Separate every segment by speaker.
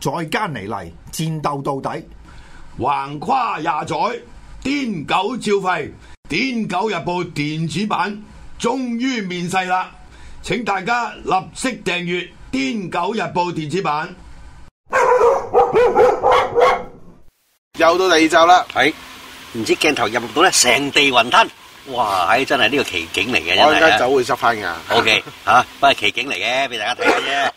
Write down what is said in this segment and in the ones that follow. Speaker 1: 再艱泥嚟，戰鬥到底。
Speaker 2: 橫跨廿載，癲狗照吠，癲狗日報電子版終於面世啦！請大家立即訂閱癲狗日報電子版。
Speaker 3: 又到第二集啦，
Speaker 4: 係唔知鏡頭入唔到咧，成地雲吞，哇！唉真係呢個奇景嚟嘅，
Speaker 3: 我而家
Speaker 4: 真係
Speaker 3: 走會執翻牙。
Speaker 4: O K 嚇，不過奇景嚟嘅，俾大家睇下啫。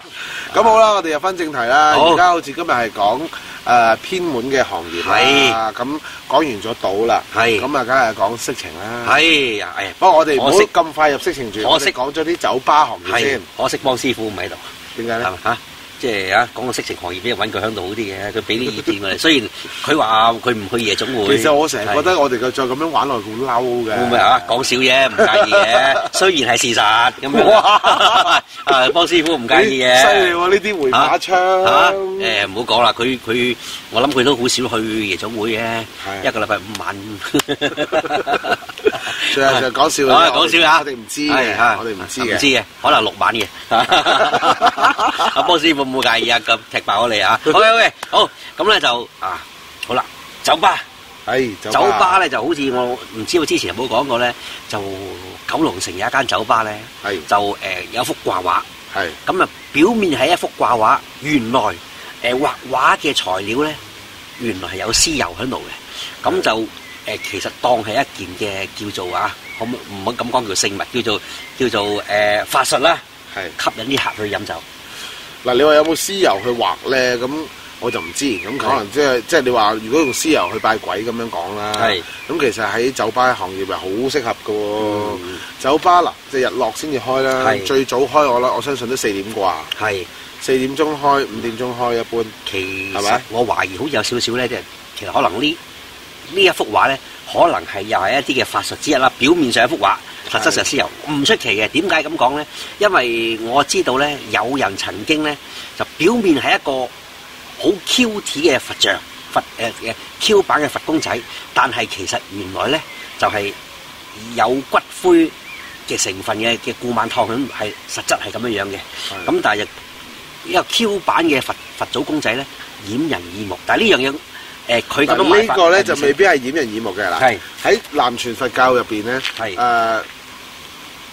Speaker 3: 咁好啦，我哋入翻正題啦。
Speaker 4: 好
Speaker 3: 而家好似今日係講誒偏門嘅行業啦。咁講完咗賭啦，
Speaker 4: 係
Speaker 3: 咁啊，梗係講色情啦。
Speaker 4: 哎呀，哎呀，
Speaker 3: 不過我哋唔好
Speaker 4: 可惜
Speaker 3: 咁快入色情住，
Speaker 4: 可
Speaker 3: 我哋
Speaker 4: 惜
Speaker 3: 講咗啲酒吧行業
Speaker 4: 係
Speaker 3: 先。
Speaker 4: 可惜汪師傅唔喺度，
Speaker 3: 點解
Speaker 4: 係
Speaker 3: 咧？
Speaker 4: 咪嚇？即係啊，講到色情行業，俾人揾佢響度好啲嘅，佢俾啲意見我哋。雖然佢話佢唔去夜總會，
Speaker 3: 其實我成日覺
Speaker 4: 係
Speaker 3: 得我哋再咁樣玩落去好嬲嘅。
Speaker 4: 會唔會啊？講少嘢唔介意嘅，雖然係事實咁樣。
Speaker 3: 哇
Speaker 4: 啊，汪師傅唔介意嘅。
Speaker 3: 犀利喎！呢啲回馬
Speaker 4: 嚇
Speaker 3: 槍，
Speaker 4: 誒唔好講啦，佢佢我諗佢都好少去夜總會嘅
Speaker 3: 係，
Speaker 4: 一個禮拜五晚。
Speaker 3: 最後就講笑嘅
Speaker 4: 啊講笑啊！
Speaker 3: 我哋唔知
Speaker 4: 係
Speaker 3: 嘅，
Speaker 4: 係啊
Speaker 3: 我哋唔知
Speaker 4: 唔知
Speaker 3: 嘅。
Speaker 4: 嘅，可能六 晚嘅。阿波師傅唔好介意啊，咁踢爆 我哋啊！好嘅，好嘅，好咁咧就啊好啦，酒吧
Speaker 3: 誒，
Speaker 4: 酒吧咧就好似我唔知我之前有冇講過咧，就九龍城有一間酒吧咧，
Speaker 3: 係
Speaker 4: 就誒有幅掛畫。
Speaker 3: 係
Speaker 4: 咁啊，表面係一幅掛畫，原來誒、呃、畫畫嘅材料咧，原來係有絲油喺度嘅。咁就誒、呃其實當係一件嘅叫做啊，可唔唔好咁講叫聖物，叫做叫做誒、呃法術啦，
Speaker 3: 係。
Speaker 4: 吸引啲客去飲酒。
Speaker 3: 嗱，你話有冇屍油去畫咧？咁我就唔知，咁可能即係即係你話，如果用屍油去拜鬼咁樣講啦，
Speaker 4: 係
Speaker 3: 咁其實喺酒吧行業係好適合嘅喎。
Speaker 4: 嗯
Speaker 3: 酒吧嗱，即係日落先至開啦，
Speaker 4: 係
Speaker 3: 最早開我啦，我相信都四點啩，
Speaker 4: 係，
Speaker 3: 四點鐘開，五點鐘開一般。
Speaker 4: 其
Speaker 3: 係咪
Speaker 4: 實我懷疑好似有少少咧，即係其實可能呢呢一幅畫咧，可能係又係一啲嘅法術之一啦。表面上一幅畫，實質上絲油，唔出奇嘅。點解咁講咧？因為我知道咧，有人曾經咧就表面係一個好 Q T 嘅佛像，佛誒誒 Q 版嘅佛公仔，但係其實原來咧就係、有骨灰嘅成分嘅嘅固晚湯咁，係實質係咁樣樣嘅。
Speaker 3: 係
Speaker 4: 咁但係一個 Q 版嘅佛佛祖公仔咧，掩人耳目。但係呢樣嘢誒，佢咁樣
Speaker 3: 嗱
Speaker 4: 賣
Speaker 3: 呢
Speaker 4: 法
Speaker 3: 個咧就
Speaker 4: 係唔
Speaker 3: 未必係掩人耳目嘅啦。
Speaker 4: 係
Speaker 3: 喺南傳佛教入邊咧，
Speaker 4: 係
Speaker 3: 誒，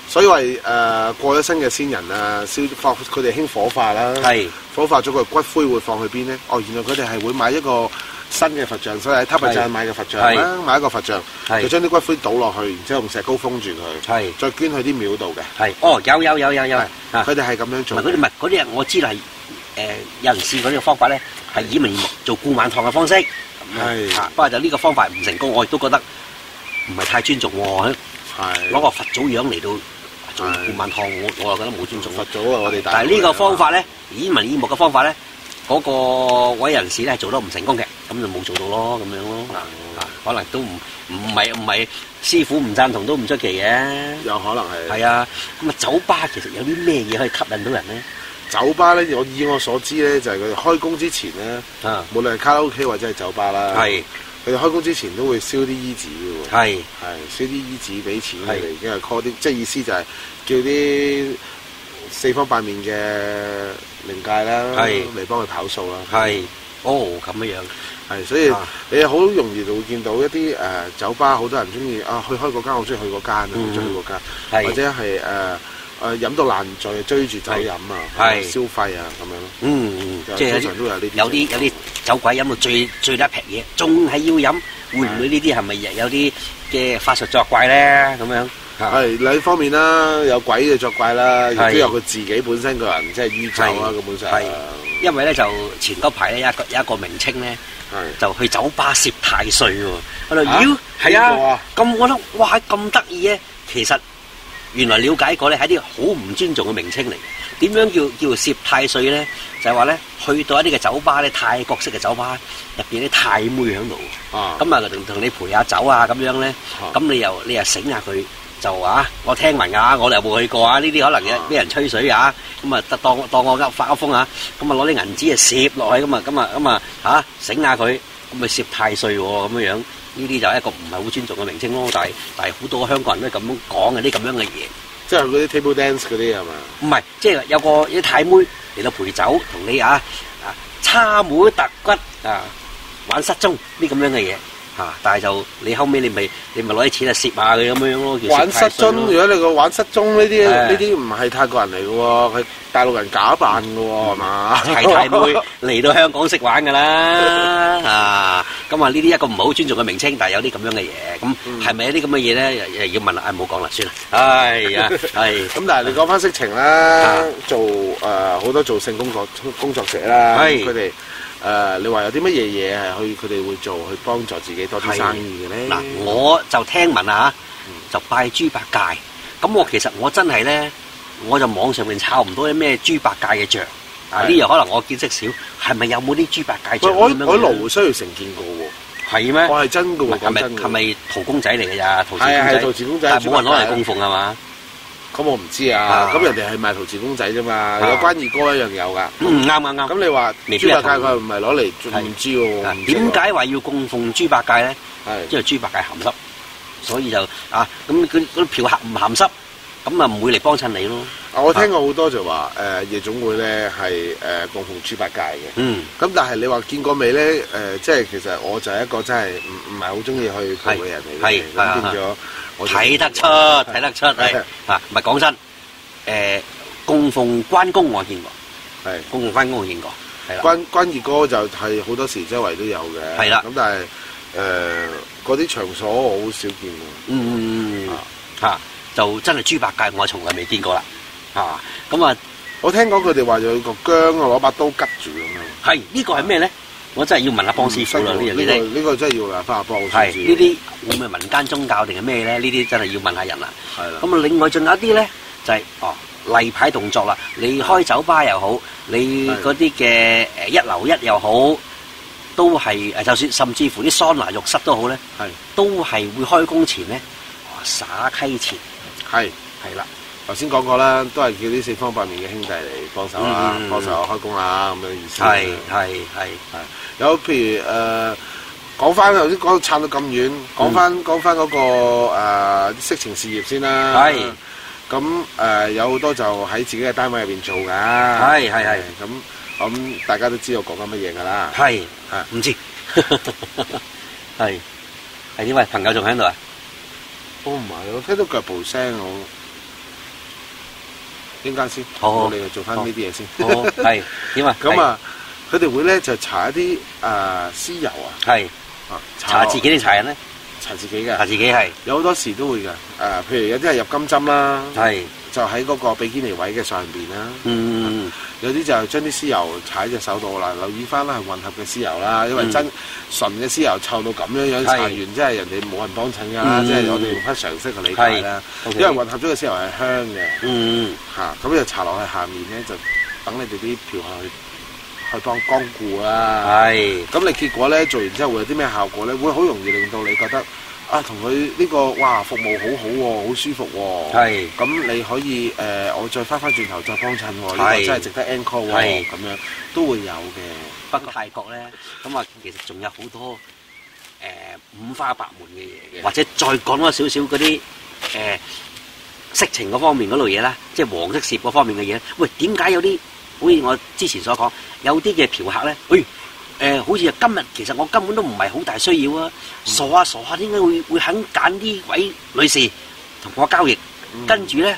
Speaker 3: 所以為誒過咗身嘅先人啊，燒放佢哋興火化啦。
Speaker 4: 係
Speaker 3: 火化咗佢骨灰會放去邊呢？哦，原來佢哋係會買一個新嘅佛像，所以喺塔巴
Speaker 4: 係
Speaker 3: 贊買嘅佛像啦，買一個佛像，
Speaker 4: 係
Speaker 3: 就將啲骨灰倒落去，然之後用石膏封住佢，
Speaker 4: 係
Speaker 3: 再捐去啲廟度嘅。
Speaker 4: 係哦，有有有有有
Speaker 3: 係
Speaker 4: 啊！
Speaker 3: 佢哋係咁樣
Speaker 4: 同埋
Speaker 3: 做
Speaker 4: 嗰啲
Speaker 3: 嘅
Speaker 4: 唔。係嗰啲，我知道係誒、呃有人試過呢個方法咧，係以民做固晚堂嘅方式。咁
Speaker 3: 係
Speaker 4: 啊不過就呢個方法唔成功，我亦都覺得唔係太尊重喎。攞
Speaker 3: 係
Speaker 4: 個佛祖樣嚟到做
Speaker 3: 係
Speaker 4: 固晚堂，我我又覺得冇尊重
Speaker 3: 佛。祖啊，我哋大
Speaker 4: 但係呢個方法咧，以民以目嘅方法咧，嗰、個位人士咧係做得唔成功嘅，咁就冇做到咯，咁樣咯。啊啊可能都唔唔係唔係師傅唔贊同都唔出奇嘅。
Speaker 3: 有可能係。
Speaker 4: 係啊，咁啊酒吧其實有啲咩嘢可以吸引到人咧？
Speaker 3: 酒吧咧，我以我所知咧，就係佢哋開工之前咧，
Speaker 4: 啊，
Speaker 3: 無論係卡拉 OK 或者係酒吧啦，
Speaker 4: 係
Speaker 3: 佢哋開工之前都會燒啲衣紙嘅喎，
Speaker 4: 係
Speaker 3: 係燒啲衣紙俾錢佢
Speaker 4: 係
Speaker 3: 哋，跟住 call 啲，即係意思就係叫啲四方八面嘅靈界啦，
Speaker 4: 係
Speaker 3: 嚟幫佢跑數啦，
Speaker 4: 係，哦咁樣樣，
Speaker 3: 係，所以
Speaker 4: 啊
Speaker 3: 你好容易就會見到一啲誒、呃酒吧，好多人中意啊去開嗰間，我中意去嗰間啊，
Speaker 4: 嗯
Speaker 3: 我中意去嗰間，
Speaker 4: 係
Speaker 3: 或者係誒誒飲到爛醉，追住酒飲啊，
Speaker 4: 係
Speaker 3: 消費啊咁樣咯。
Speaker 4: Ừ, 嗯，
Speaker 3: 就
Speaker 4: 即係有
Speaker 3: 通常都
Speaker 4: 啲
Speaker 3: 有呢啲
Speaker 4: 有啲有啲酒鬼飲到醉醉得一劈嘢，仲係要飲，會唔會呢啲係咪有啲嘅法術作怪咧？咁樣啊
Speaker 3: 係兩方面啦，有鬼嘅作怪啦，亦都
Speaker 4: 係
Speaker 3: 有佢自己本身個人即係酗酒啦，
Speaker 4: 係
Speaker 3: 根本上啊
Speaker 4: 係因為咧就前嗰排咧有一個有一個名稱咧，
Speaker 3: 係
Speaker 4: 就去酒吧攝太歲喎。我就
Speaker 3: 啊
Speaker 4: 妖係
Speaker 3: 邊個
Speaker 4: 啊
Speaker 3: 啊，
Speaker 4: 咁我覺得哇咁得意咧，其實原來了解過咧係一啲好唔尊重嘅名稱嚟嘅。點樣叫叫攝太歲咧？就係話咧去到一啲嘅酒吧咧，泰國式嘅酒吧入邊啲泰妹喺度。
Speaker 3: 啊
Speaker 4: 咁啊，同同你陪下酒啊，咁樣咧
Speaker 3: 啊，
Speaker 4: 咁你又你又醒下佢，就啊，我聽聞啊，我哋又冇去過啊，呢啲可能有
Speaker 3: 啊
Speaker 4: 俾人吹水啊，咁啊，當當我噏發噏風啊，咁啊攞啲銀紙啊攝落去，咁啊咁啊咁啊嚇醒下佢，咁咪攝太歲喎咁樣樣，呢啲就係一個唔係好尊重嘅名稱咯，但係但係好多香港人都咁樣講嘅啲咁樣嘅嘢。
Speaker 3: 即係嗰啲 à table dance 嗰啲係嘛？
Speaker 4: 唔係，即係有個有啲太妹嚟到陪酒，同你啊啊叉妹突骨啊，玩失蹤呢咁樣嘅嘢嚇。啊但係就你後尾你咪你咪攞啲錢啊去攝下佢咁樣咯，叫攝
Speaker 3: 玩失
Speaker 4: 太歲
Speaker 3: 蹤，
Speaker 4: 咯
Speaker 3: 如果你個玩失蹤呢啲
Speaker 4: 係
Speaker 3: 呢啲唔係泰國人嚟嘅喎，係大陸人假扮嘅喎，係嘛？
Speaker 4: 齊齊 妹嚟到香港識玩㗎啦，啊，咁啊呢啲一個唔好尊重嘅名稱，但係有啲咁樣嘅嘢，咁
Speaker 3: 嗯
Speaker 4: 係咪有啲咁嘅嘢咧？又又要問啦，唉，唔好講啦，算啦，哎呀，係，
Speaker 3: 咁但係你講翻色情啦
Speaker 4: 啊，
Speaker 3: 做誒好、多做性工作工作者啦，
Speaker 4: 係
Speaker 3: 佢哋誒你話有啲乜嘢嘢係去佢哋會做去幫助自己多啲
Speaker 4: 係
Speaker 3: 生意嘅咧？
Speaker 4: 嗱，我就聽聞啊，就拜豬八戒，咁我其實我真係咧，我就網上面抄唔到啲咩豬八戒嘅像，啊
Speaker 3: 係
Speaker 4: 呢樣可能我見識少，係咪有冇啲豬八戒
Speaker 3: 喂
Speaker 4: 像
Speaker 3: 我
Speaker 4: 咁樣嘅
Speaker 3: 我
Speaker 4: 咧
Speaker 3: 盧需要成見過喎，
Speaker 4: 係咩？
Speaker 3: 我係真嘅喎，
Speaker 4: 係
Speaker 3: 講
Speaker 4: 咪
Speaker 3: 真
Speaker 4: 係
Speaker 3: 嘅喎。
Speaker 4: 咪陶公仔嚟㗎咋？陶瓷
Speaker 3: 係啊係陶
Speaker 4: 公仔，
Speaker 3: 瓷公仔，
Speaker 4: 但係冇人攞嚟
Speaker 3: 公。
Speaker 4: 供奉係嘛？
Speaker 3: 咁我唔知啊，
Speaker 4: 啊
Speaker 3: 咁人哋係賣陶瓷公仔啫嘛，有關二哥一樣有㗎。
Speaker 4: 嗯，啱啱啱。
Speaker 3: 咁你話
Speaker 4: 未必係
Speaker 3: 豬八戒
Speaker 4: 陶
Speaker 3: 佢唔係攞嚟做，
Speaker 4: 係
Speaker 3: 唔知喎。
Speaker 4: 啊
Speaker 3: 我唔知喎
Speaker 4: 點？解話要供奉豬八戒咧？
Speaker 3: 係
Speaker 4: 因為豬八戒鹹濕，所以就啊咁佢嗰啲嫖客唔鹹濕，咁啊唔會嚟幫襯你咯。
Speaker 3: 啊我聽過好多就話誒夜總會咧係誒供奉豬八戒嘅。
Speaker 4: 嗯，
Speaker 3: 咁但係你話見過未咧？誒、即係其實我就係一個真係唔唔係好中意去蒲嘅人嚟嘅
Speaker 4: 係，係
Speaker 3: 咁變咗我就
Speaker 4: 睇得出，睇得出係
Speaker 3: 係
Speaker 4: 啊，唔係講真，誒供奉關公我見過，
Speaker 3: 係
Speaker 4: 供奉關公我見過，係啦，
Speaker 3: 關關二哥就係好多時周圍都有嘅，
Speaker 4: 係啦
Speaker 3: 咁但係誒嗰啲場所我好少見喎，
Speaker 4: 嗯
Speaker 3: 啊
Speaker 4: 嚇就真係豬八戒我從來未見過啦，啊咁啊
Speaker 3: 我聽講佢哋話有個姜啊攞把刀拮住咁樣，
Speaker 4: 係呢個係咩咧？
Speaker 3: 啊
Speaker 4: 我真係要問下邦師傅啦呢樣
Speaker 3: 呢個
Speaker 4: 嘢。
Speaker 3: 呢個真係要啊，翻下幫我先
Speaker 4: 係
Speaker 3: 知
Speaker 4: 呢啲會唔會民間宗教定係咩咧？呢啲真係要問下人啦。
Speaker 3: 係啦，
Speaker 4: 咁啊，另外仲有一啲咧，就係、哦例牌動作啦。你開酒吧又好，你
Speaker 3: 係
Speaker 4: 嗰啲嘅誒一樓一又好，都係誒，就算甚至乎啲桑拿浴室都好咧，
Speaker 3: 係
Speaker 4: 都係會開工前咧，哦灑溪錢
Speaker 3: 係。
Speaker 4: 係啦，
Speaker 3: 頭先講過啦，都係叫啲四方八面嘅兄弟嚟幫手啦，
Speaker 4: 嗯嗯嗯
Speaker 3: 幫手開工啦咁樣意思。
Speaker 4: 係係係
Speaker 3: 有譬如誒、呃、講翻頭先講撐到咁遠，講翻講翻嗰個誒、呃色情事業先啦。
Speaker 4: 係
Speaker 3: 咁誒、呃有好多就喺自己嘅單位入邊做㗎。係
Speaker 4: 係係係
Speaker 3: 咁咁大家都知道講緊乜嘢㗎啦。
Speaker 4: 係
Speaker 3: 啊
Speaker 4: 唔知 係係點啊？朋友仲喺度啊？
Speaker 3: 我唔係，我聽到腳步聲我。應間先，
Speaker 4: 好好
Speaker 3: 我哋就做翻呢啲嘢先。
Speaker 4: 好係點啊？
Speaker 3: 咁啊，佢哋會咧就查一啲誒、呃、私油啊，
Speaker 4: 係，係
Speaker 3: 啊
Speaker 4: 查自己定查人咧？
Speaker 3: 查自己
Speaker 4: 查
Speaker 3: 嘅，
Speaker 4: 自己係
Speaker 3: 有好多時都會嘅。誒、呃譬如有啲係入金針啦。
Speaker 4: 係
Speaker 3: 就喺嗰個比堅尼位嘅上邊啦，
Speaker 4: 嗯。
Speaker 3: 有啲就將啲屍油踩隻手度啦，留意翻啦係混合嘅屍油啦，因為真純嘅屍油臭到咁樣樣，
Speaker 4: 嗯係
Speaker 3: 搽完真係人哋冇人幫襯㗎啦，
Speaker 4: 嗯
Speaker 3: 即係我哋用翻常識去理解啦。
Speaker 4: OK
Speaker 3: 因為混合咗嘅屍油係香嘅
Speaker 4: 嗯，
Speaker 3: 嚇，咁就搽落去下面咧，就等你哋啲嫖客去去幫光顧啦。
Speaker 4: 係
Speaker 3: 咁你結果咧做完之後會有啲咩效果咧？會好容易令到你覺得啊，同佢呢個哇服務好好、喎，好舒服喎、
Speaker 4: 係
Speaker 3: 咁你可以誒、呃我再翻翻轉頭再幫襯我，呢個
Speaker 4: 係
Speaker 3: 真係值得 encore 喎，
Speaker 4: 係
Speaker 3: 咁樣都會有嘅。
Speaker 4: 北泰國咧，咁啊，其實仲有好多誒、呃五花八門嘅嘢嘅，或者再講多少少嗰啲誒色情嗰方面嗰類嘢啦，即係黃色攝嗰方面嘅嘢。喂，點解有啲好似我之前所講，有啲嘅嫖客咧，喂誒、呃好似今日其實我根本都唔係好大需要啊，傻下傻啊下點解會會肯揀呢位女士同我交易？跟住咧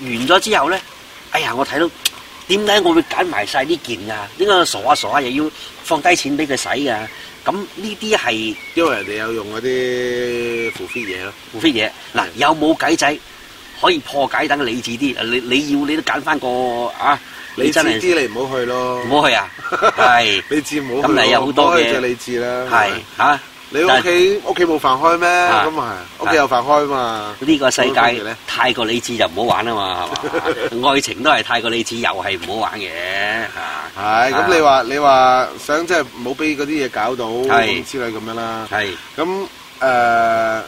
Speaker 4: 完咗之後咧，哎呀，我睇到點解我會揀埋晒呢件啊？點解我傻下傻下又要放低錢俾佢使㗎？咁呢啲係
Speaker 3: 因為人哋有用嗰啲付費嘢咯，
Speaker 4: 胡非嘢。嗱，有冇計仔可以破解等理智啲？你你要你都揀翻個啊！
Speaker 3: 理智
Speaker 4: 真係
Speaker 3: 啲你唔好去咯，
Speaker 4: 唔好去啊！ 係
Speaker 3: 理智唔好去
Speaker 4: 咁
Speaker 3: 咯，
Speaker 4: 你有好多
Speaker 3: 唔好去
Speaker 4: 嘅
Speaker 3: 就理智啦。係
Speaker 4: 係啊
Speaker 3: 咪你
Speaker 4: 嚇，但
Speaker 3: 屋
Speaker 4: 係
Speaker 3: 企屋企冇飯開咩？
Speaker 4: 啊
Speaker 3: 咁啊係，屋企有飯開嘛？
Speaker 4: 呢個世
Speaker 3: 冇乜分別咧
Speaker 4: 界太過理智就唔好玩啊嘛，係 嘛？愛情都係太過理智，又係唔好玩嘅
Speaker 3: 係
Speaker 4: 嚇。啊
Speaker 3: 咁，你話你話想即係冇俾嗰啲嘢搞到
Speaker 4: 係
Speaker 3: 咁之類咁樣啦。
Speaker 4: 係
Speaker 3: 咁 ờ, 誒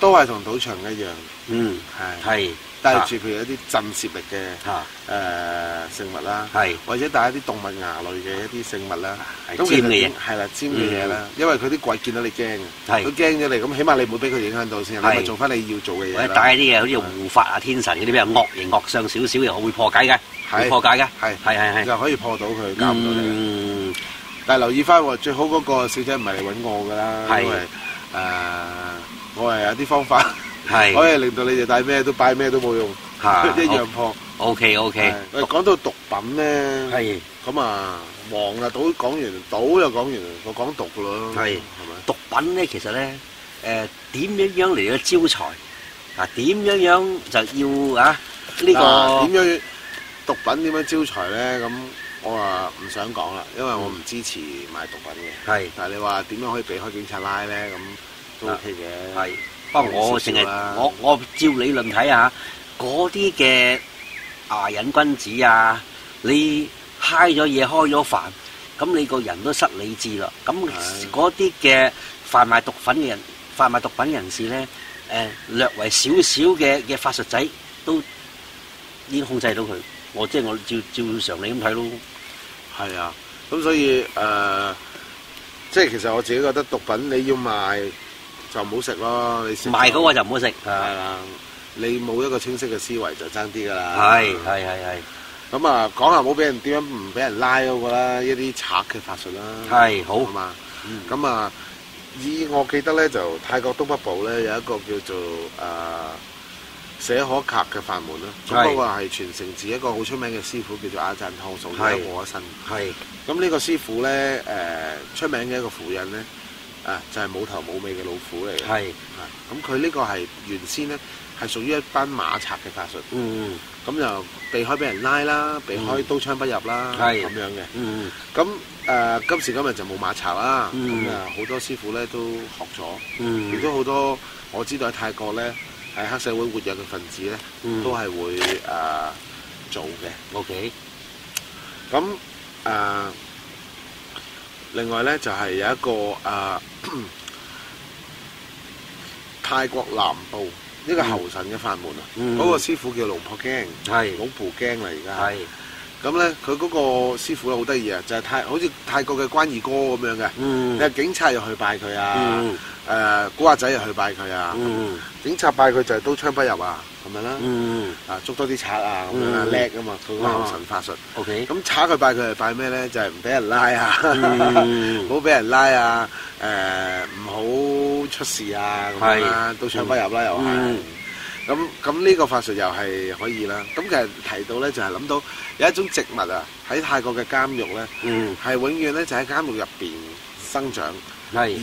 Speaker 3: 都係同賭場一樣，
Speaker 4: 嗯
Speaker 3: 係
Speaker 4: 係啊
Speaker 3: 帶住譬如一啲震攝力嘅
Speaker 4: 嚇
Speaker 3: 誒聖物啦，
Speaker 4: 係
Speaker 3: 或者帶一啲動物牙類嘅一啲聖物啦，
Speaker 4: 係
Speaker 3: 其實
Speaker 4: 尖嘅嘢
Speaker 3: 係啦，尖嘅嘢啦，因為佢啲鬼見到你驚嘅，
Speaker 4: 係
Speaker 3: 佢驚咗你，咁起碼你冇俾佢影響到先，你咪
Speaker 4: 係
Speaker 3: 做翻你要做嘅
Speaker 4: 或
Speaker 3: 嘢
Speaker 4: 者
Speaker 3: 啦。
Speaker 4: 帶啲嘢好似護法啊、天神嗰啲咩惡形惡相少少嘅，我會破解嘅，會破解嘅，
Speaker 3: 係
Speaker 4: 係係係。
Speaker 3: 就可以破到佢，搞唔到
Speaker 4: Ừ.
Speaker 3: 你。
Speaker 4: 嗯，
Speaker 3: 但係留意翻喎，最好嗰個小姐唔係嚟揾我㗎啦，
Speaker 4: 係
Speaker 3: 因為誒我係有啲方法，可
Speaker 4: 係
Speaker 3: 以令到你哋帶咩都擺咩都冇用，
Speaker 4: 嚇
Speaker 3: 一樣破。
Speaker 4: ，OK OK，
Speaker 3: 係喂，講到毒品咧，
Speaker 4: 係
Speaker 3: 咁啊黃啊賭講完，賭又講完，我講毒咯，
Speaker 4: 係
Speaker 3: 係咪？
Speaker 4: 毒品咧，其實咧誒點樣樣嚟到招財啊？點樣樣就要啊
Speaker 3: 嗱
Speaker 4: 呢個
Speaker 3: 點樣毒品點樣招財咧？咁我啊唔想講啦，因為我唔支持買毒品嘅。
Speaker 4: 係
Speaker 3: 但係你話點樣可以避開警察拉咧？咁都
Speaker 4: 啊
Speaker 3: OK 嘅。
Speaker 4: 係。不過我淨係
Speaker 3: 少少啦
Speaker 4: 我我照理論睇下，嗰啲嘅牙癮君子啊，你嗨咗嘢開咗飯，咁你個人都失理智啦。咁
Speaker 3: 係
Speaker 4: 嗰啲嘅販賣毒品嘅人，販賣毒品人士咧，誒、略為少少嘅嘅法術仔都已經控制到佢。我即係我照照常理咁睇咯。
Speaker 3: 係啊，咁所以誒、呃即係其實我自己覺得毒品你要賣就唔好食咯，你食
Speaker 4: 賣嗰個就唔好食。
Speaker 3: 係啦，你冇一個清晰嘅思維就爭啲㗎啦。
Speaker 4: 係係係係
Speaker 3: 咁啊，講下冇俾人點樣唔俾人拉嗰個啦，一啲賊嘅法術啦。
Speaker 4: 係好
Speaker 3: 好嘛，咁啊，以我記得咧就泰國東北部咧有一個叫做誒。呃寫可卡嘅法門啦，咁
Speaker 4: 係
Speaker 3: 嗰個係傳承自一個好出名嘅師傅叫做阿贊湯素，
Speaker 4: 係
Speaker 3: 而家過咗身。
Speaker 4: 係
Speaker 3: 咁呢個師傅呢，誒、出名嘅一個符印呢，啊就係、冇頭冇尾嘅老虎嚟嘅。
Speaker 4: 係
Speaker 3: 啊咁佢呢個係原先呢，係屬於一班馬賊嘅法術，
Speaker 4: 嗯
Speaker 3: 咁就避開俾人拉啦，避開刀槍不入啦，咁、
Speaker 4: 係
Speaker 3: 樣嘅。
Speaker 4: 嗯
Speaker 3: 咁誒、今時今日就冇馬賊啦，
Speaker 4: 嗯
Speaker 3: 咁啊好多師傅呢都學咗，亦
Speaker 4: 嗯
Speaker 3: 都好多我知道喺泰國呢，喺黑社會活躍嘅分子呢，
Speaker 4: 嗯
Speaker 3: 都係會誒、做嘅。
Speaker 4: ，OK
Speaker 3: 咁誒、呃另外咧就係、有一個誒、呃 泰國南部一個猴神嘅法門啊，嗰、
Speaker 4: 嗯
Speaker 3: 個師傅叫龍婆驚，
Speaker 4: 係
Speaker 3: 老婆驚啦而
Speaker 4: 係。
Speaker 3: 家。咁咧佢嗰個師傅咧好得意啊，就係、泰好似泰國嘅關二哥咁樣嘅。
Speaker 4: 嗯
Speaker 3: 你話警察又去拜佢啊，誒、
Speaker 4: 嗯
Speaker 3: 古惑仔又去拜佢啊，
Speaker 4: 嗯
Speaker 3: 警察拜佢就係刀槍不入啊，咁樣啦，
Speaker 4: Ừ. 嗯
Speaker 3: 啊捉多啲賊啊，咁樣啦
Speaker 4: 嗯
Speaker 3: 叻啊嘛，佢嗰個猴神法術。
Speaker 4: ，OK，
Speaker 3: 咁查佢拜佢係拜咩咧？就係唔俾人拉啊，
Speaker 4: 嗯
Speaker 3: 唔好俾人拉啊，誒唔好出事啊咁樣啦，到槍不入啦又係
Speaker 4: 嗯。
Speaker 3: 咁咁呢個法術又係可以啦。咁其實提到咧就係諗到有一種植物啊，喺泰國嘅監獄咧
Speaker 4: 嗯
Speaker 3: 係永遠咧就喺監獄入邊生長，而
Speaker 4: 係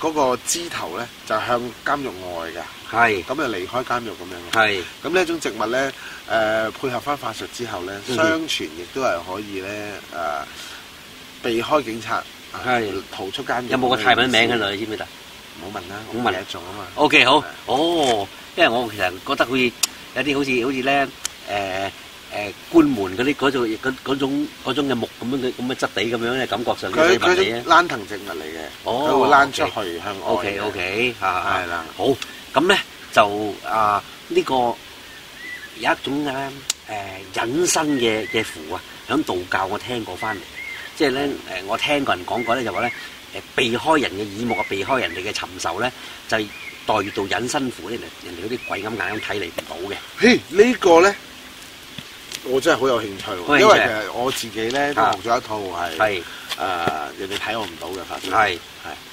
Speaker 3: 嗰個枝頭咧就向監獄外嘅，
Speaker 4: 係
Speaker 3: 咁就離開監獄咁樣嘅。
Speaker 4: 係
Speaker 3: 咁呢一種植物咧，誒、配合翻法術之後咧，
Speaker 4: 嗯
Speaker 3: 相傳亦都係可以咧誒、避開警察，
Speaker 4: 係
Speaker 3: 逃出監獄。
Speaker 4: 有冇個泰文名喺度？？你知唔知得
Speaker 3: 唔好問啦，
Speaker 4: 唔
Speaker 3: 我
Speaker 4: 好
Speaker 3: 唔
Speaker 4: 問
Speaker 3: 記得咗啊嘛。
Speaker 4: ？OK，好，哦，因為我其實覺得好似有啲好似好似咧，誒誒官門嗰啲嗰種嗰嗰種嗰種嘅木咁樣嘅咁嘅質地咁樣咧，感覺上有
Speaker 3: 佢
Speaker 4: 啲
Speaker 3: 佢
Speaker 4: 物理啊
Speaker 3: 種。蘭藤植物嚟嘅，佢、
Speaker 4: 哦
Speaker 3: 會躝出去向外嘅。
Speaker 4: O K O K 嚇，
Speaker 3: 係啦
Speaker 4: 好咁咧就啊呢個有一種咧誒隱身嘅嘅符啊，響道教我聽過翻嚟，即係咧誒我聽過人講過咧就話咧誒避開人嘅耳目啊，避開人哋嘅尋仇咧，就係待遇到隱身符咧，人哋人哋嗰啲鬼咁眼咁睇你唔到嘅，
Speaker 3: 嘿，呢個咧，我真係好有興趣
Speaker 4: 好
Speaker 3: 喎，因
Speaker 4: 有興趣
Speaker 3: 為其實我自己咧都
Speaker 4: 啊
Speaker 3: 學咗一套係誒、
Speaker 4: 係
Speaker 3: 人哋睇我唔到嘅法術。
Speaker 4: 係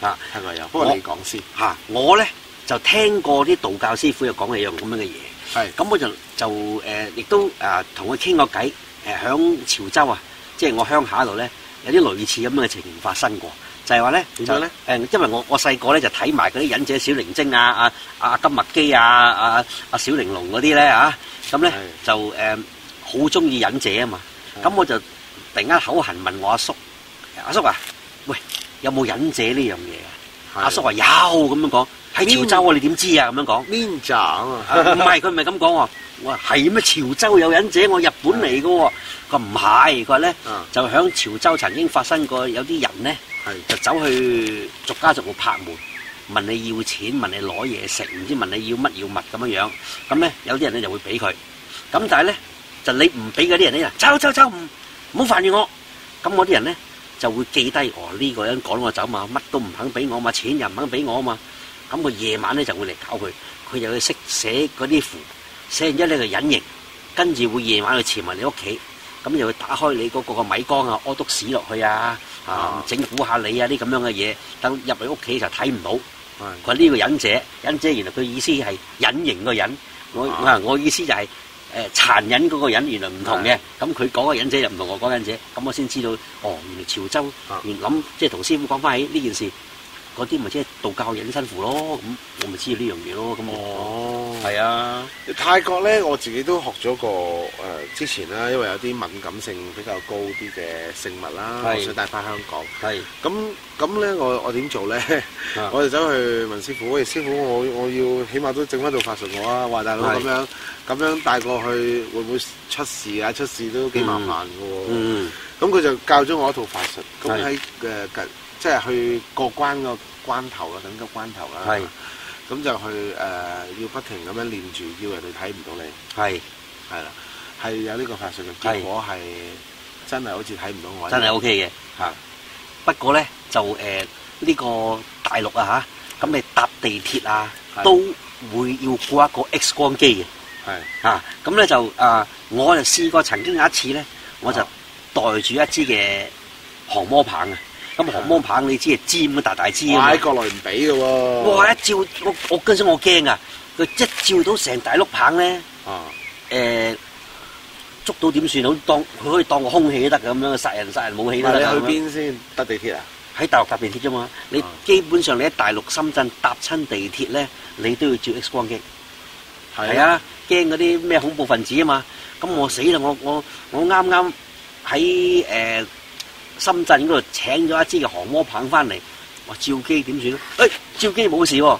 Speaker 3: 係
Speaker 4: 啊。
Speaker 3: 泰國有，不過
Speaker 4: 我
Speaker 3: 你講先。
Speaker 4: 嚇、我咧就聽過啲道教師傅又講起一樣咁樣嘅嘢，
Speaker 3: 係
Speaker 4: 咁我就就誒、呃亦都誒同佢傾過偈，誒、響潮州啊，即係我鄉下度咧有啲類似咁樣嘅情形發生過，就係話咧
Speaker 3: 點
Speaker 4: 就
Speaker 3: 樣呢
Speaker 4: 誒，因為我我細個咧就睇埋嗰啲忍者小靈精啊、啊啊金麥基啊、啊啊小玲瓏嗰啲咧嚇，咁咧
Speaker 3: 係
Speaker 4: 就誒好中意忍者啊嘛，咁我就突然間口痕問我阿叔，阿叔啊，喂有冇忍者呢樣嘢啊？阿叔話有咁樣講，喺潮州啊，你點知啊？咁樣講，
Speaker 3: Ninja 啊嘛。
Speaker 4: 啊唔係佢唔係咁講喎。我話係咩？潮州有忍者，我日本嚟嘅喎。佢話唔係，佢話咧
Speaker 3: 啊
Speaker 4: 就響潮州曾經發生過有啲人咧
Speaker 3: 係
Speaker 4: 就走去逐家逐戶拍門，問你要錢，問你攞嘢食，唔知問你要乜要物咁樣樣。咁咧有啲人咧就會俾佢，咁但係咧就你唔俾嗰啲人咧，走走走，唔唔好煩住我。咁我啲人咧就會記低，哦呢、個人趕我走嘛，乜都唔肯俾我嘛，錢又唔肯俾我嘛。咁佢夜晚咧就會嚟搞佢，佢就去識寫嗰啲符，寫完之後咧就隱形，跟住會夜晚去潛埋你屋企，咁就會打開你嗰個個米缸啊，屙督屎落去啊，啊
Speaker 3: 啊
Speaker 4: 整蠱下你啊啲咁樣嘅嘢，等入你屋企就睇唔到。
Speaker 3: 係
Speaker 4: 佢話呢個忍者，忍者原來佢意思係隱形個忍，我
Speaker 3: 啊
Speaker 4: 啊我意思就係、誒、殘忍嗰個忍原來唔同嘅，咁佢講嘅忍者又唔同我講忍者，咁我先知道哦，原來潮州
Speaker 3: 啊
Speaker 4: 原諗即係同師傅講翻起呢件事，嗰啲咪即係道教忍辛苦咯，咁我咪知道呢樣嘢咯，咁我
Speaker 3: 哦
Speaker 4: 係啊，
Speaker 3: 泰國呢，我自己都學咗個誒、呃之前啦，因為有啲敏感性比較高啲嘅聖物啦，
Speaker 4: 係
Speaker 3: 我想帶翻香港。
Speaker 4: 係
Speaker 3: 咁咁咧，我我點做咧？
Speaker 4: 啊
Speaker 3: 我就走去問師傅，喂，師傅，我我要起碼都整翻套法術我啊！話大佬
Speaker 4: 係
Speaker 3: 咁樣咁樣帶過去會唔會出事啊？出事都幾麻煩嘅喎。
Speaker 4: 嗯
Speaker 3: 咁佢、就教咗我一套法術，咁
Speaker 4: 係
Speaker 3: 喺誒近即係去過關個關頭啦，緊急關頭啦。
Speaker 4: 係
Speaker 3: 咁就去誒、呃要不停咁樣練住，要人哋睇唔到你。
Speaker 4: 係
Speaker 3: 係啦，係有呢個法術嘅，
Speaker 4: 係
Speaker 3: 結果係真係好似睇唔到我一樣。
Speaker 4: 真係 OK 嘅。
Speaker 3: 嚇
Speaker 4: 不過咧就誒呢、個大陸啊嚇，咁你搭地鐵啊
Speaker 3: 係
Speaker 4: 都會要過一個 X 光機嘅。
Speaker 3: 係
Speaker 4: 啊，咁咧就啊，我就試過曾經有一次咧，我就
Speaker 3: 啊
Speaker 4: 袋住一支嘅航魔棒啊。咁航魔棒你知係尖嘅大大支啊嘛
Speaker 3: 喺國內唔俾嘅喎。
Speaker 4: 哇！一照我我嗰陣時我驚啊，佢一照到成大碌棒咧，
Speaker 3: 啊！
Speaker 4: 誒、捉到點算好？當佢可以當個空氣都得咁樣，殺人殺人武器
Speaker 3: 啊你
Speaker 4: 都得㗎咁
Speaker 3: 去
Speaker 4: 樣
Speaker 3: 邊先搭地鐵啊？
Speaker 4: 喺大陸搭地鐵啫嘛，你
Speaker 3: 啊
Speaker 4: 基本上你喺大陸深圳搭親地鐵咧，你都要照 X 光機。係，啊，驚嗰啲咩恐怖分子啊嘛。咁我死啦！我我我啱啱喺誒深圳嗰度請咗一支嘅航魔棒翻嚟，我照機點算咧？誒、照機冇事喎、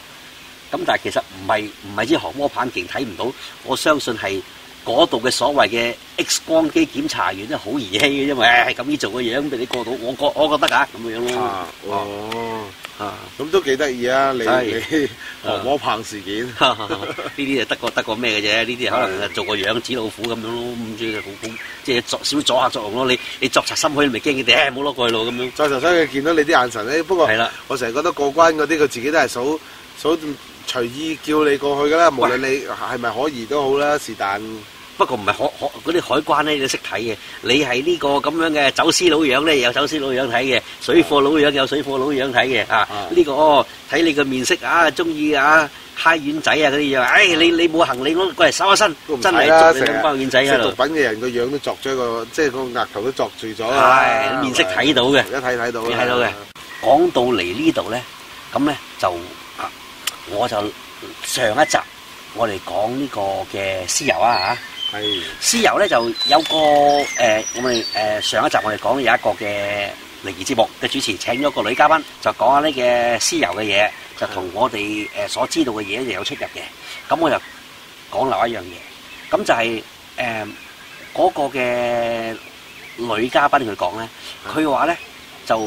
Speaker 4: 咁但係其實唔係唔係支航魔棒勁睇唔到，我相信係嗰度嘅所謂嘅 X 光機檢查員咧好兒戲嘅啫嘛，誒咁呢做嘅樣俾你過到，我覺我覺得啊咁樣咯
Speaker 3: 啊，哦，
Speaker 4: 啊。
Speaker 3: 咁都幾得意啊！你
Speaker 4: 係
Speaker 3: 你黃魔棒事件，
Speaker 4: 呢啲就得個得個咩嘅啫，呢啲可能做個樣子老虎咁樣咯，咁即係好好即係作少阻嚇作用咯。你你作賊心虛，你咪驚佢哋，唉哎冇攞過去咯咁樣。
Speaker 3: 再頭先佢見到你啲眼神咧，不過
Speaker 4: 係啦
Speaker 3: 我成日覺得過關嗰啲佢自己都係數數嗯隨意叫你過去㗎啦，無論你係咪可疑都好啦，是但
Speaker 4: 不過唔係海海嗰啲海關咧，你識睇嘅。你係呢個咁樣嘅走私佬樣咧，有走私佬樣睇嘅；水貨佬樣有水貨佬樣睇嘅。啊，呢、個哦，睇你個面色啊，中意啊，揩丸仔啊嗰啲樣。唉、你你冇行李，我過嚟搜一身
Speaker 3: 嗯都唔，
Speaker 4: 真
Speaker 3: 使
Speaker 4: 係
Speaker 3: 啦，
Speaker 4: 捉
Speaker 3: 成
Speaker 4: 你兩包丸仔
Speaker 3: 日
Speaker 4: 喺
Speaker 3: 食毒
Speaker 4: 度。
Speaker 3: 品嘅人個樣都作咗個，即係個額頭都作住咗
Speaker 4: 係面色睇到嘅
Speaker 3: 一睇睇到啊啦，
Speaker 4: 你睇到嘅。講到嚟呢度咧，咁咧就啊，我就上一集我哋講呢個嘅屍油啊
Speaker 3: 係
Speaker 4: 嚇，屍油咧就有個誒、呃我哋誒、呃上一集我哋講有一個嘅靈異節目嘅主持請咗個女嘉賓，就講下呢嘅屍油嘅嘢，就同我哋誒、呃所知道嘅嘢就有出入嘅。咁我就講漏一樣嘢，咁就係誒嗰個嘅女嘉賓佢講咧，佢話咧就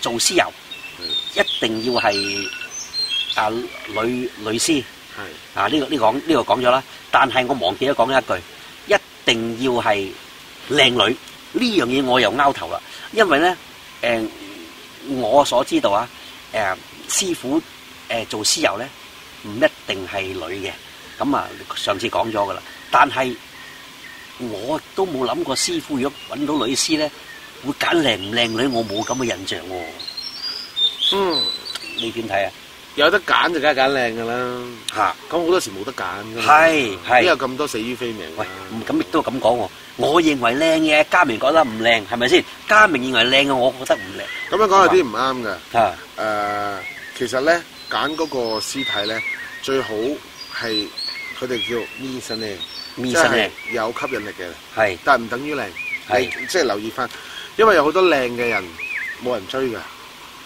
Speaker 4: 做屍油
Speaker 3: 嗯，
Speaker 4: 一定要係啊女女
Speaker 3: 係
Speaker 4: 屍啊呢、個呢、個講呢、個講咗啦，但係我忘記咗講一句，一定要係靚女呢樣嘢我又拗頭啦，因為咧誒、我所知道啊誒、師傅誒、做屍油咧唔一定係女嘅，咁啊上次講咗噶啦，但係。我都冇諗過師傅如果揾到女師咧，會揀靚唔靚女，我冇咁嘅印象喎、
Speaker 3: 嗯。
Speaker 4: 你點睇啊？
Speaker 3: 有得揀就梗係揀靚噶啦，
Speaker 4: 嚇
Speaker 3: 咁好多時冇得揀噶嘛，
Speaker 4: 係
Speaker 3: 邊
Speaker 4: 係
Speaker 3: 有咁多死於非命啊？
Speaker 4: 喂，咁亦都咁講喎。我認為靚嘅，嘉明覺得唔靚，係咪先？嘉明認為靚嘅，我覺得唔靚。
Speaker 3: 咁樣講有啲唔啱嘅。誒、
Speaker 4: 啊，
Speaker 3: 其實咧揀嗰個屍體咧，最好係佢哋叫 m e s o n 咧，
Speaker 4: 面身靚，
Speaker 3: 有吸引力嘅，
Speaker 4: 係
Speaker 3: 但係唔等於靚。
Speaker 4: 係
Speaker 3: 你即係留意翻，因為有好多靚嘅人冇人追嘅，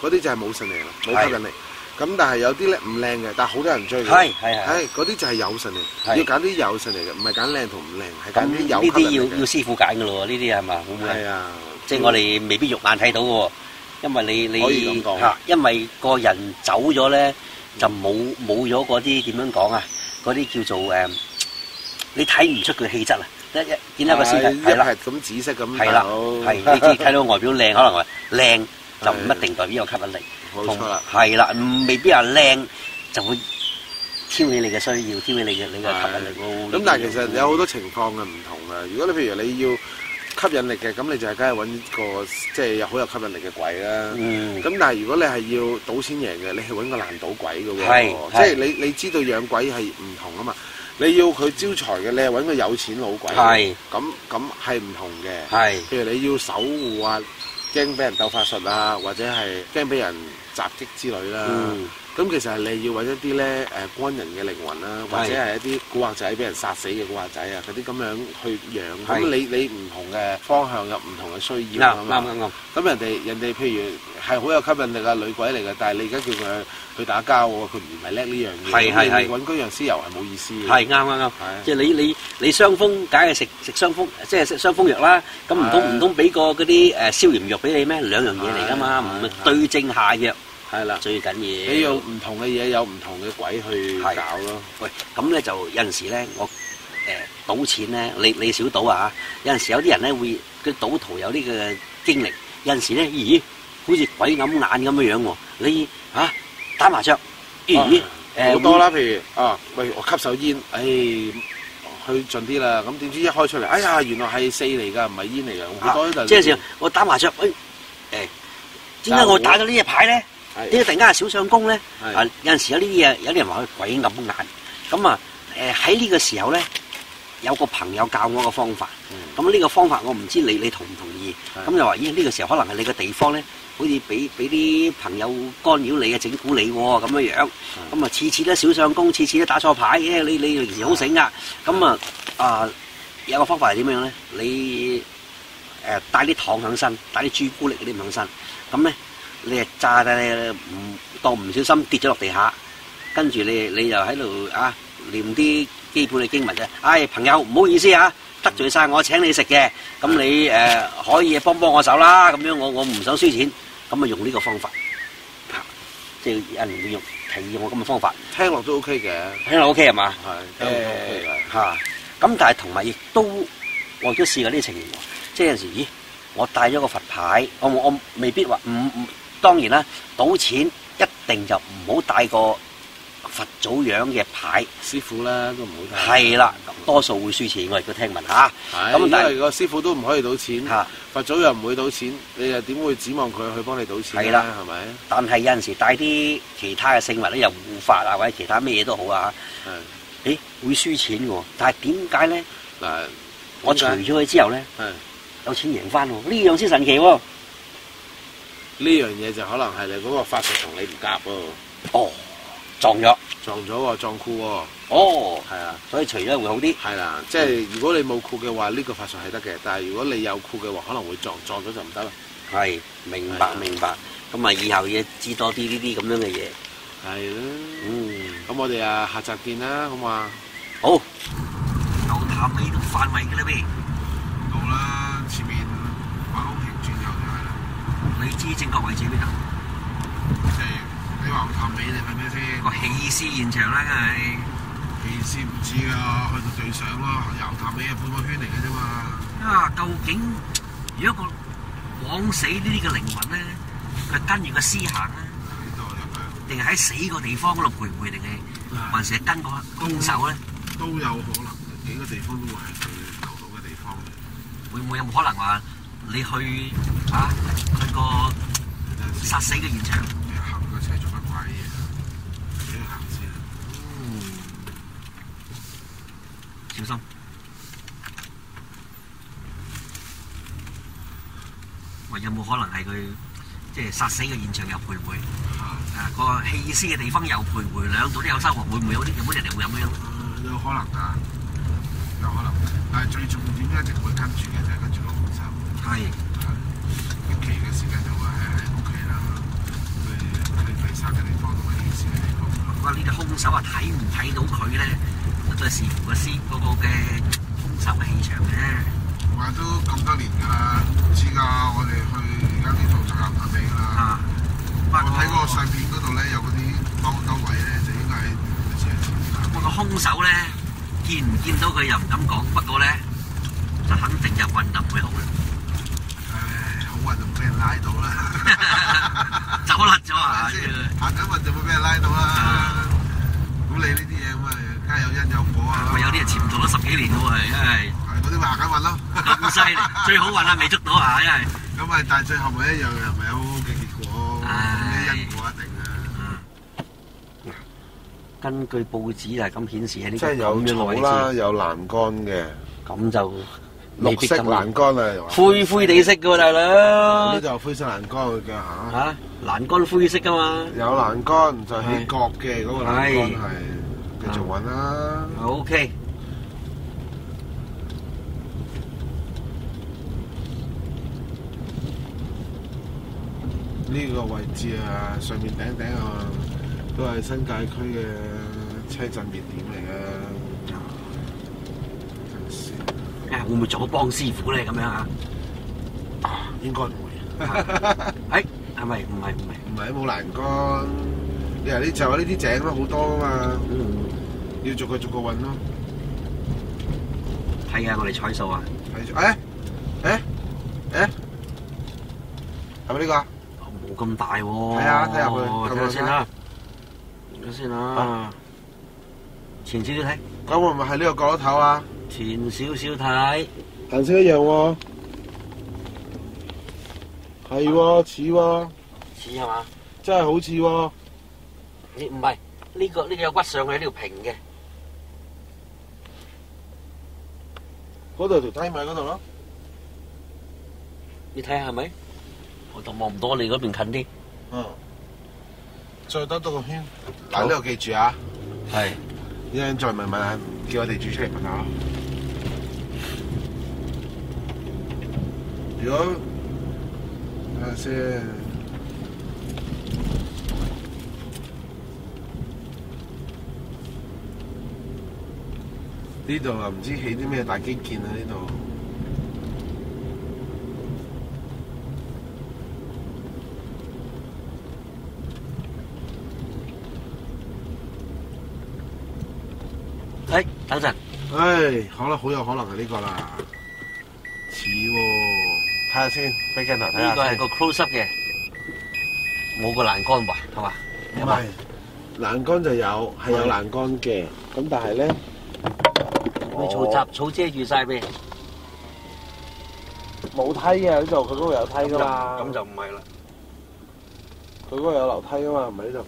Speaker 3: 嗰啲就係冇神力啦，冇吸引力。咁但係有啲咧唔靚嘅，但係好多人追嘅。
Speaker 4: 係係係。
Speaker 3: 係嗰啲就係有神力，要
Speaker 4: 係
Speaker 3: 揀啲有神力嘅，唔係揀靚同唔靚，係
Speaker 4: 咁
Speaker 3: 揀
Speaker 4: 呢
Speaker 3: 啲有
Speaker 4: 啲
Speaker 3: 吸
Speaker 4: 要
Speaker 3: 引力
Speaker 4: 要
Speaker 3: 嘅。
Speaker 4: à 師傅揀嘅咯喎，呢啲係嘛？會唔會
Speaker 3: 係
Speaker 4: 啊？
Speaker 3: 啊，
Speaker 4: 即係我哋未必肉眼睇到嘅喎。因為你
Speaker 3: 可以咁
Speaker 4: 你
Speaker 3: 講
Speaker 4: 嚇，因為個人走咗咧，就冇冇咗嗰啲點樣講啊？嗰啲叫做誒，你睇唔出佢氣質啊！一一見到一個先
Speaker 3: 係
Speaker 4: 人係
Speaker 3: 一
Speaker 4: 啦。
Speaker 3: 係咁紫色咁，
Speaker 4: 係啦，係
Speaker 3: 係
Speaker 4: 你知睇到外表靚，可能話靚就唔一定代表有吸引力。
Speaker 3: 冇
Speaker 4: 同
Speaker 3: 錯啦，
Speaker 4: 係啦，唔未必話靚就會挑起你嘅需要，挑起你嘅你嘅吸引力咯。
Speaker 3: 咁但係其實有好多情況嘅唔同嘅。如果你譬如你要吸引力嘅，咁你就係梗係揾個即係好有吸引力嘅鬼啦。
Speaker 4: 嗯
Speaker 3: 咁但係如果你係要賭錢贏嘅，你係揾個爛賭鬼嘅
Speaker 4: 係
Speaker 3: 喎，即
Speaker 4: 係
Speaker 3: 係你你知道養鬼係唔同啊嘛。你要佢招財嘅，你係揾個有錢老鬼，
Speaker 4: 係
Speaker 3: 咁咁係唔同嘅。
Speaker 4: 係
Speaker 3: 譬如你要守護啊，驚俾人鬥法術啊，或者係驚俾人襲擊之類啦。
Speaker 4: 嗯
Speaker 3: 咁其實係你要揾一啲咧誒軍人嘅靈魂啦，
Speaker 4: 係
Speaker 3: 或者係一啲古惑仔俾人殺死嘅古惑仔啊，嗰啲咁樣去養。
Speaker 4: 係
Speaker 3: 咁你你唔同嘅方向有唔同嘅需
Speaker 4: 啱
Speaker 3: 要啊
Speaker 4: 啱
Speaker 3: 嘛。
Speaker 4: 啱啱，
Speaker 3: 咁人哋人哋譬如係好有吸引力啊，女鬼嚟嘅，但係你而家叫佢去打交喎，佢唔係叻呢樣嘢，
Speaker 4: 係係係
Speaker 3: 咁你揾嗰樣屍油係冇意思嘅。
Speaker 4: 係啱啱啱。
Speaker 3: 係啊
Speaker 4: 即係你你你傷風，梗係食食傷風，即係食傷風藥啦。咁唔
Speaker 3: 係
Speaker 4: 通唔通俾個嗰啲誒消炎藥俾你咩？兩樣嘢嚟㗎嘛，
Speaker 3: 係
Speaker 4: 唔係
Speaker 3: 係
Speaker 4: 對症下藥
Speaker 3: 係啦，
Speaker 4: 最緊要。
Speaker 3: 你用唔同嘅嘢有唔同嘅鬼去
Speaker 4: 係
Speaker 3: 搞咯。
Speaker 4: 喂，咁咧就有陣時咧，我誒、呃、賭錢咧，你你少賭啊！有陣時有啲人咧會佢賭徒有呢個經歷，有陣時咧，咦，好似鬼揞眼咁樣樣喎！你嚇、啊打麻雀，咦呃
Speaker 3: 啊
Speaker 4: 誒
Speaker 3: 好多啦，譬如啊，喂，我吸手煙，唉，去盡啲啦。咁點知一開出嚟，哎呀，原來係四嚟㗎，唔係煙嚟㗎。
Speaker 4: 啊
Speaker 3: 好多就
Speaker 4: 即係我打麻雀，誒誒點解我打咗呢一牌咧？點解突然間係小相公咧？
Speaker 3: 係
Speaker 4: 啊，有陣時有呢啲嘢，有啲人話佢鬼揞眼。咁啊，誒喺呢個時候咧，有個朋友教我個方法。
Speaker 3: 嗯
Speaker 4: 咁呢個方法我唔知你你同唔同意？
Speaker 3: 係
Speaker 4: 咁就話咦呢個時候可能係你個地方咧，好似俾俾啲朋友干擾你啊，整蠱你喎咁樣樣。咁啊，次次都小相公，次次都打錯牌嘅。你你平時好醒噶。咁啊啊，有個方法係點樣咧？你誒帶啲糖響身，帶啲朱古力嗰啲響身。咁咧，你啊炸咧唔當唔小心跌咗落地下，跟住你你又喺度啊念啲基本嘅經文啫。唉、朋友唔好意思啊，得罪晒我請你食嘅，咁你誒、呃可以幫幫我手啦。咁樣我我唔想輸錢，咁啊用呢個方法，嚇即係有人會用提議我咁嘅方法，
Speaker 3: 聽落都 OK 嘅，
Speaker 4: 聽落 OK 係嘛？
Speaker 3: 係聽落都 OK
Speaker 4: 誒
Speaker 3: 嘅。
Speaker 4: 嚇，咁但係同埋亦都我亦都試過呢啲情形喎，即係有陣時，咦，我帶咗個佛牌，我我未必話唔唔，當然啦，賭錢一定就唔好帶個佛祖樣嘅牌，
Speaker 3: 師傅啦，都唔好睇。
Speaker 4: 係啦，多數會輸錢，我亦都聽聞嚇，
Speaker 3: 嗯係，
Speaker 4: 咁
Speaker 3: 因
Speaker 4: 但係
Speaker 3: 為個師傅都唔可以賭錢，
Speaker 4: 嚇，
Speaker 3: 佛祖又唔會賭錢，你又點會指望佢去幫你賭錢
Speaker 4: 係
Speaker 3: 咧？
Speaker 4: 啦
Speaker 3: 係咪？
Speaker 4: 但係有陣時帶啲其他嘅聖物咧，又護法啊，或者其他咩嘢都好啊，
Speaker 3: 係
Speaker 4: 誒會輸錢嘅喎，但係點解咧？
Speaker 3: 嗱，
Speaker 4: 我除
Speaker 3: 點解
Speaker 4: 咗佢之後咧，
Speaker 3: 係。
Speaker 4: 有錢贏翻喎，呢樣先神奇喎，
Speaker 3: 呢樣嘢就可能係你嗰個法術同你唔夾喎，
Speaker 4: 哦，撞咗。
Speaker 3: 撞咗喎，撞酷喎，
Speaker 4: 哦，
Speaker 3: 係啊。
Speaker 4: 所以除咗會好啲。
Speaker 3: 係啦，即係如果你冇酷嘅話，呢、個法術係得嘅。但係如果你有酷嘅話，可能會撞撞咗就唔得啦。
Speaker 4: 係，明
Speaker 3: 係
Speaker 4: 白
Speaker 3: 啊
Speaker 4: 明白。咁啊，以後要知多啲呢啲咁樣嘅嘢。
Speaker 3: 係啦，
Speaker 4: 嗯，
Speaker 3: 咁我哋啊下集見啦，好啊嘛？
Speaker 4: 好。有探尾同範圍嘅啦咩？
Speaker 3: 好啦，前面馬路平轉右就係啦。
Speaker 4: 你知正確位置邊度？
Speaker 3: 即係你話探尾定係咩先？
Speaker 4: 個起屍現場啦，梗
Speaker 3: 意思唔知啊，去到最上咯，由探尾係半個圈嚟嘅啫嘛。
Speaker 4: 係。啊，究竟如果個枉死呢啲嘅靈魂咧，佢跟住個屍行咧，
Speaker 3: 呢度入
Speaker 4: 定係喺死個地方嗰度徘徊，定係還是係跟個兇手咧？
Speaker 3: 去都有可能，幾個地方都會係佢留到嘅地方嚟。
Speaker 4: 會唔會有冇可能話你去啊佢個殺死嘅現場？
Speaker 3: 行嘅車做乜鬼嘢？俾佢行先。
Speaker 4: 小心。喂，有冇可能係佢即係殺死嘅現場有徘徊？啊，個棄屍嘅地方有徘徊，兩度都有收穫，會唔會有啲有冇人哋會咁樣？
Speaker 3: 有可能㗎，有可能。但係最重點一直會跟住嘅就係跟住個兇手。
Speaker 4: 係
Speaker 3: 一期嘅時間就會係喺屋企啦，佢佢被殺嘅地方同埋顯示嘅地方。
Speaker 4: 哇！呢個兇手啊，睇唔睇到佢咧，都係視乎個屍嗰個嘅兇手嘅氣場嘅。
Speaker 5: À.
Speaker 3: 話都咁多年㗎啦，唔知㗎，我哋去而家呢度就行下尾㗎啦。
Speaker 4: À. 兇手咧，見唔見到佢又唔敢講，不過咧就肯定就運就唔會好啦，
Speaker 6: 唉好運就冇俾人拉到啦，
Speaker 4: 走甩咗
Speaker 6: 係咪
Speaker 4: 啊！
Speaker 5: À,
Speaker 6: 先行緊運就冇俾人拉到啦。咁你呢啲嘢
Speaker 5: ờ,
Speaker 6: 咁啊，梗係有因有果啊。
Speaker 4: 我有啲人潛逃咗十幾年嘅喎，因為
Speaker 5: Ờ,
Speaker 6: 係嗰啲咪行緊運咯。
Speaker 4: 咁犀 利，最好運啊未捉到啊，因為
Speaker 6: 咁啊，但係最後咪一樣係咪有好嘅結果？
Speaker 4: 唉
Speaker 6: 咁啲因果一定啊。
Speaker 4: 根據報紙就係咁顯示喺呢
Speaker 5: 即
Speaker 4: 個
Speaker 5: 係
Speaker 4: 咁
Speaker 5: 有
Speaker 4: 樣嘅
Speaker 5: 草
Speaker 4: 位
Speaker 5: 啦，
Speaker 4: 置，
Speaker 5: 有欄杆嘅，
Speaker 4: 咁就未必
Speaker 5: 綠色
Speaker 4: 咁
Speaker 5: 欄杆啊，
Speaker 4: 灰灰地色嘅喎，大佬
Speaker 5: 呢。就灰色欄杆嘅嚇。
Speaker 4: 嚇，欄杆灰色噶嘛。
Speaker 5: 有欄杆就起角嘅嗰個欄杆
Speaker 4: 係
Speaker 5: 係，繼續揾啦。
Speaker 4: O K，
Speaker 5: 呢個位置啊，上面頂頂啊，都係新界區嘅車陣熱點嚟嘅。睇先
Speaker 4: 誒會唔會撞到幫師傅咧？咁樣啊？
Speaker 5: 啊，應該唔會，
Speaker 4: 誒係咪？唔係唔係，
Speaker 5: 唔係冇欄杆。你話呢就係呢啲井都好多啊嘛，
Speaker 4: 嗯，
Speaker 5: 要逐個逐個揾咯。
Speaker 4: 係啊，我哋彩數啊，
Speaker 5: 睇住，誒誒誒，係咪呢個啊？
Speaker 4: 冇咁大喎。
Speaker 5: 睇下睇下佢
Speaker 4: 睇下先啦，睇下先
Speaker 5: 啊
Speaker 4: 啦，前少少睇，
Speaker 5: 咁會唔會係呢個角落頭啊？
Speaker 4: 前少少睇，
Speaker 5: 顏色一樣喎、係喎，似喎，
Speaker 4: 似係嘛？
Speaker 5: 真係好似喎，
Speaker 4: 咦唔係呢個呢個有骨上去呢條平嘅，
Speaker 5: 嗰度條梯咪喺嗰度咯，
Speaker 4: 你睇下係咪？我就望唔到，你嗰邊近啲。
Speaker 5: 嗯，再兜多個圈，嗱呢度記住啊，
Speaker 4: 係。
Speaker 5: 一陣再問問下，叫我地主出嚟問下。如果睇下先，呢度啊唔知起啲咩大基建啊呢度。
Speaker 4: 誒等陣，
Speaker 5: 唉，可能好有可能啊係呢個啦，似喎。睇下先，俾鏡頭睇
Speaker 4: 呢個
Speaker 5: 下
Speaker 4: 係
Speaker 5: 先
Speaker 4: 個。close up 嘅，冇個欄杆喎，係嘛？
Speaker 5: 唔係欄杆就有，係有欄杆嘅。咁但係咧，
Speaker 4: 佢草雜草遮住晒咩？
Speaker 5: 冇梯嘅呢度，佢嗰度有梯噶嘛。
Speaker 4: 咁就唔係啦。
Speaker 5: 佢嗰度有樓梯噶嘛，唔係呢度。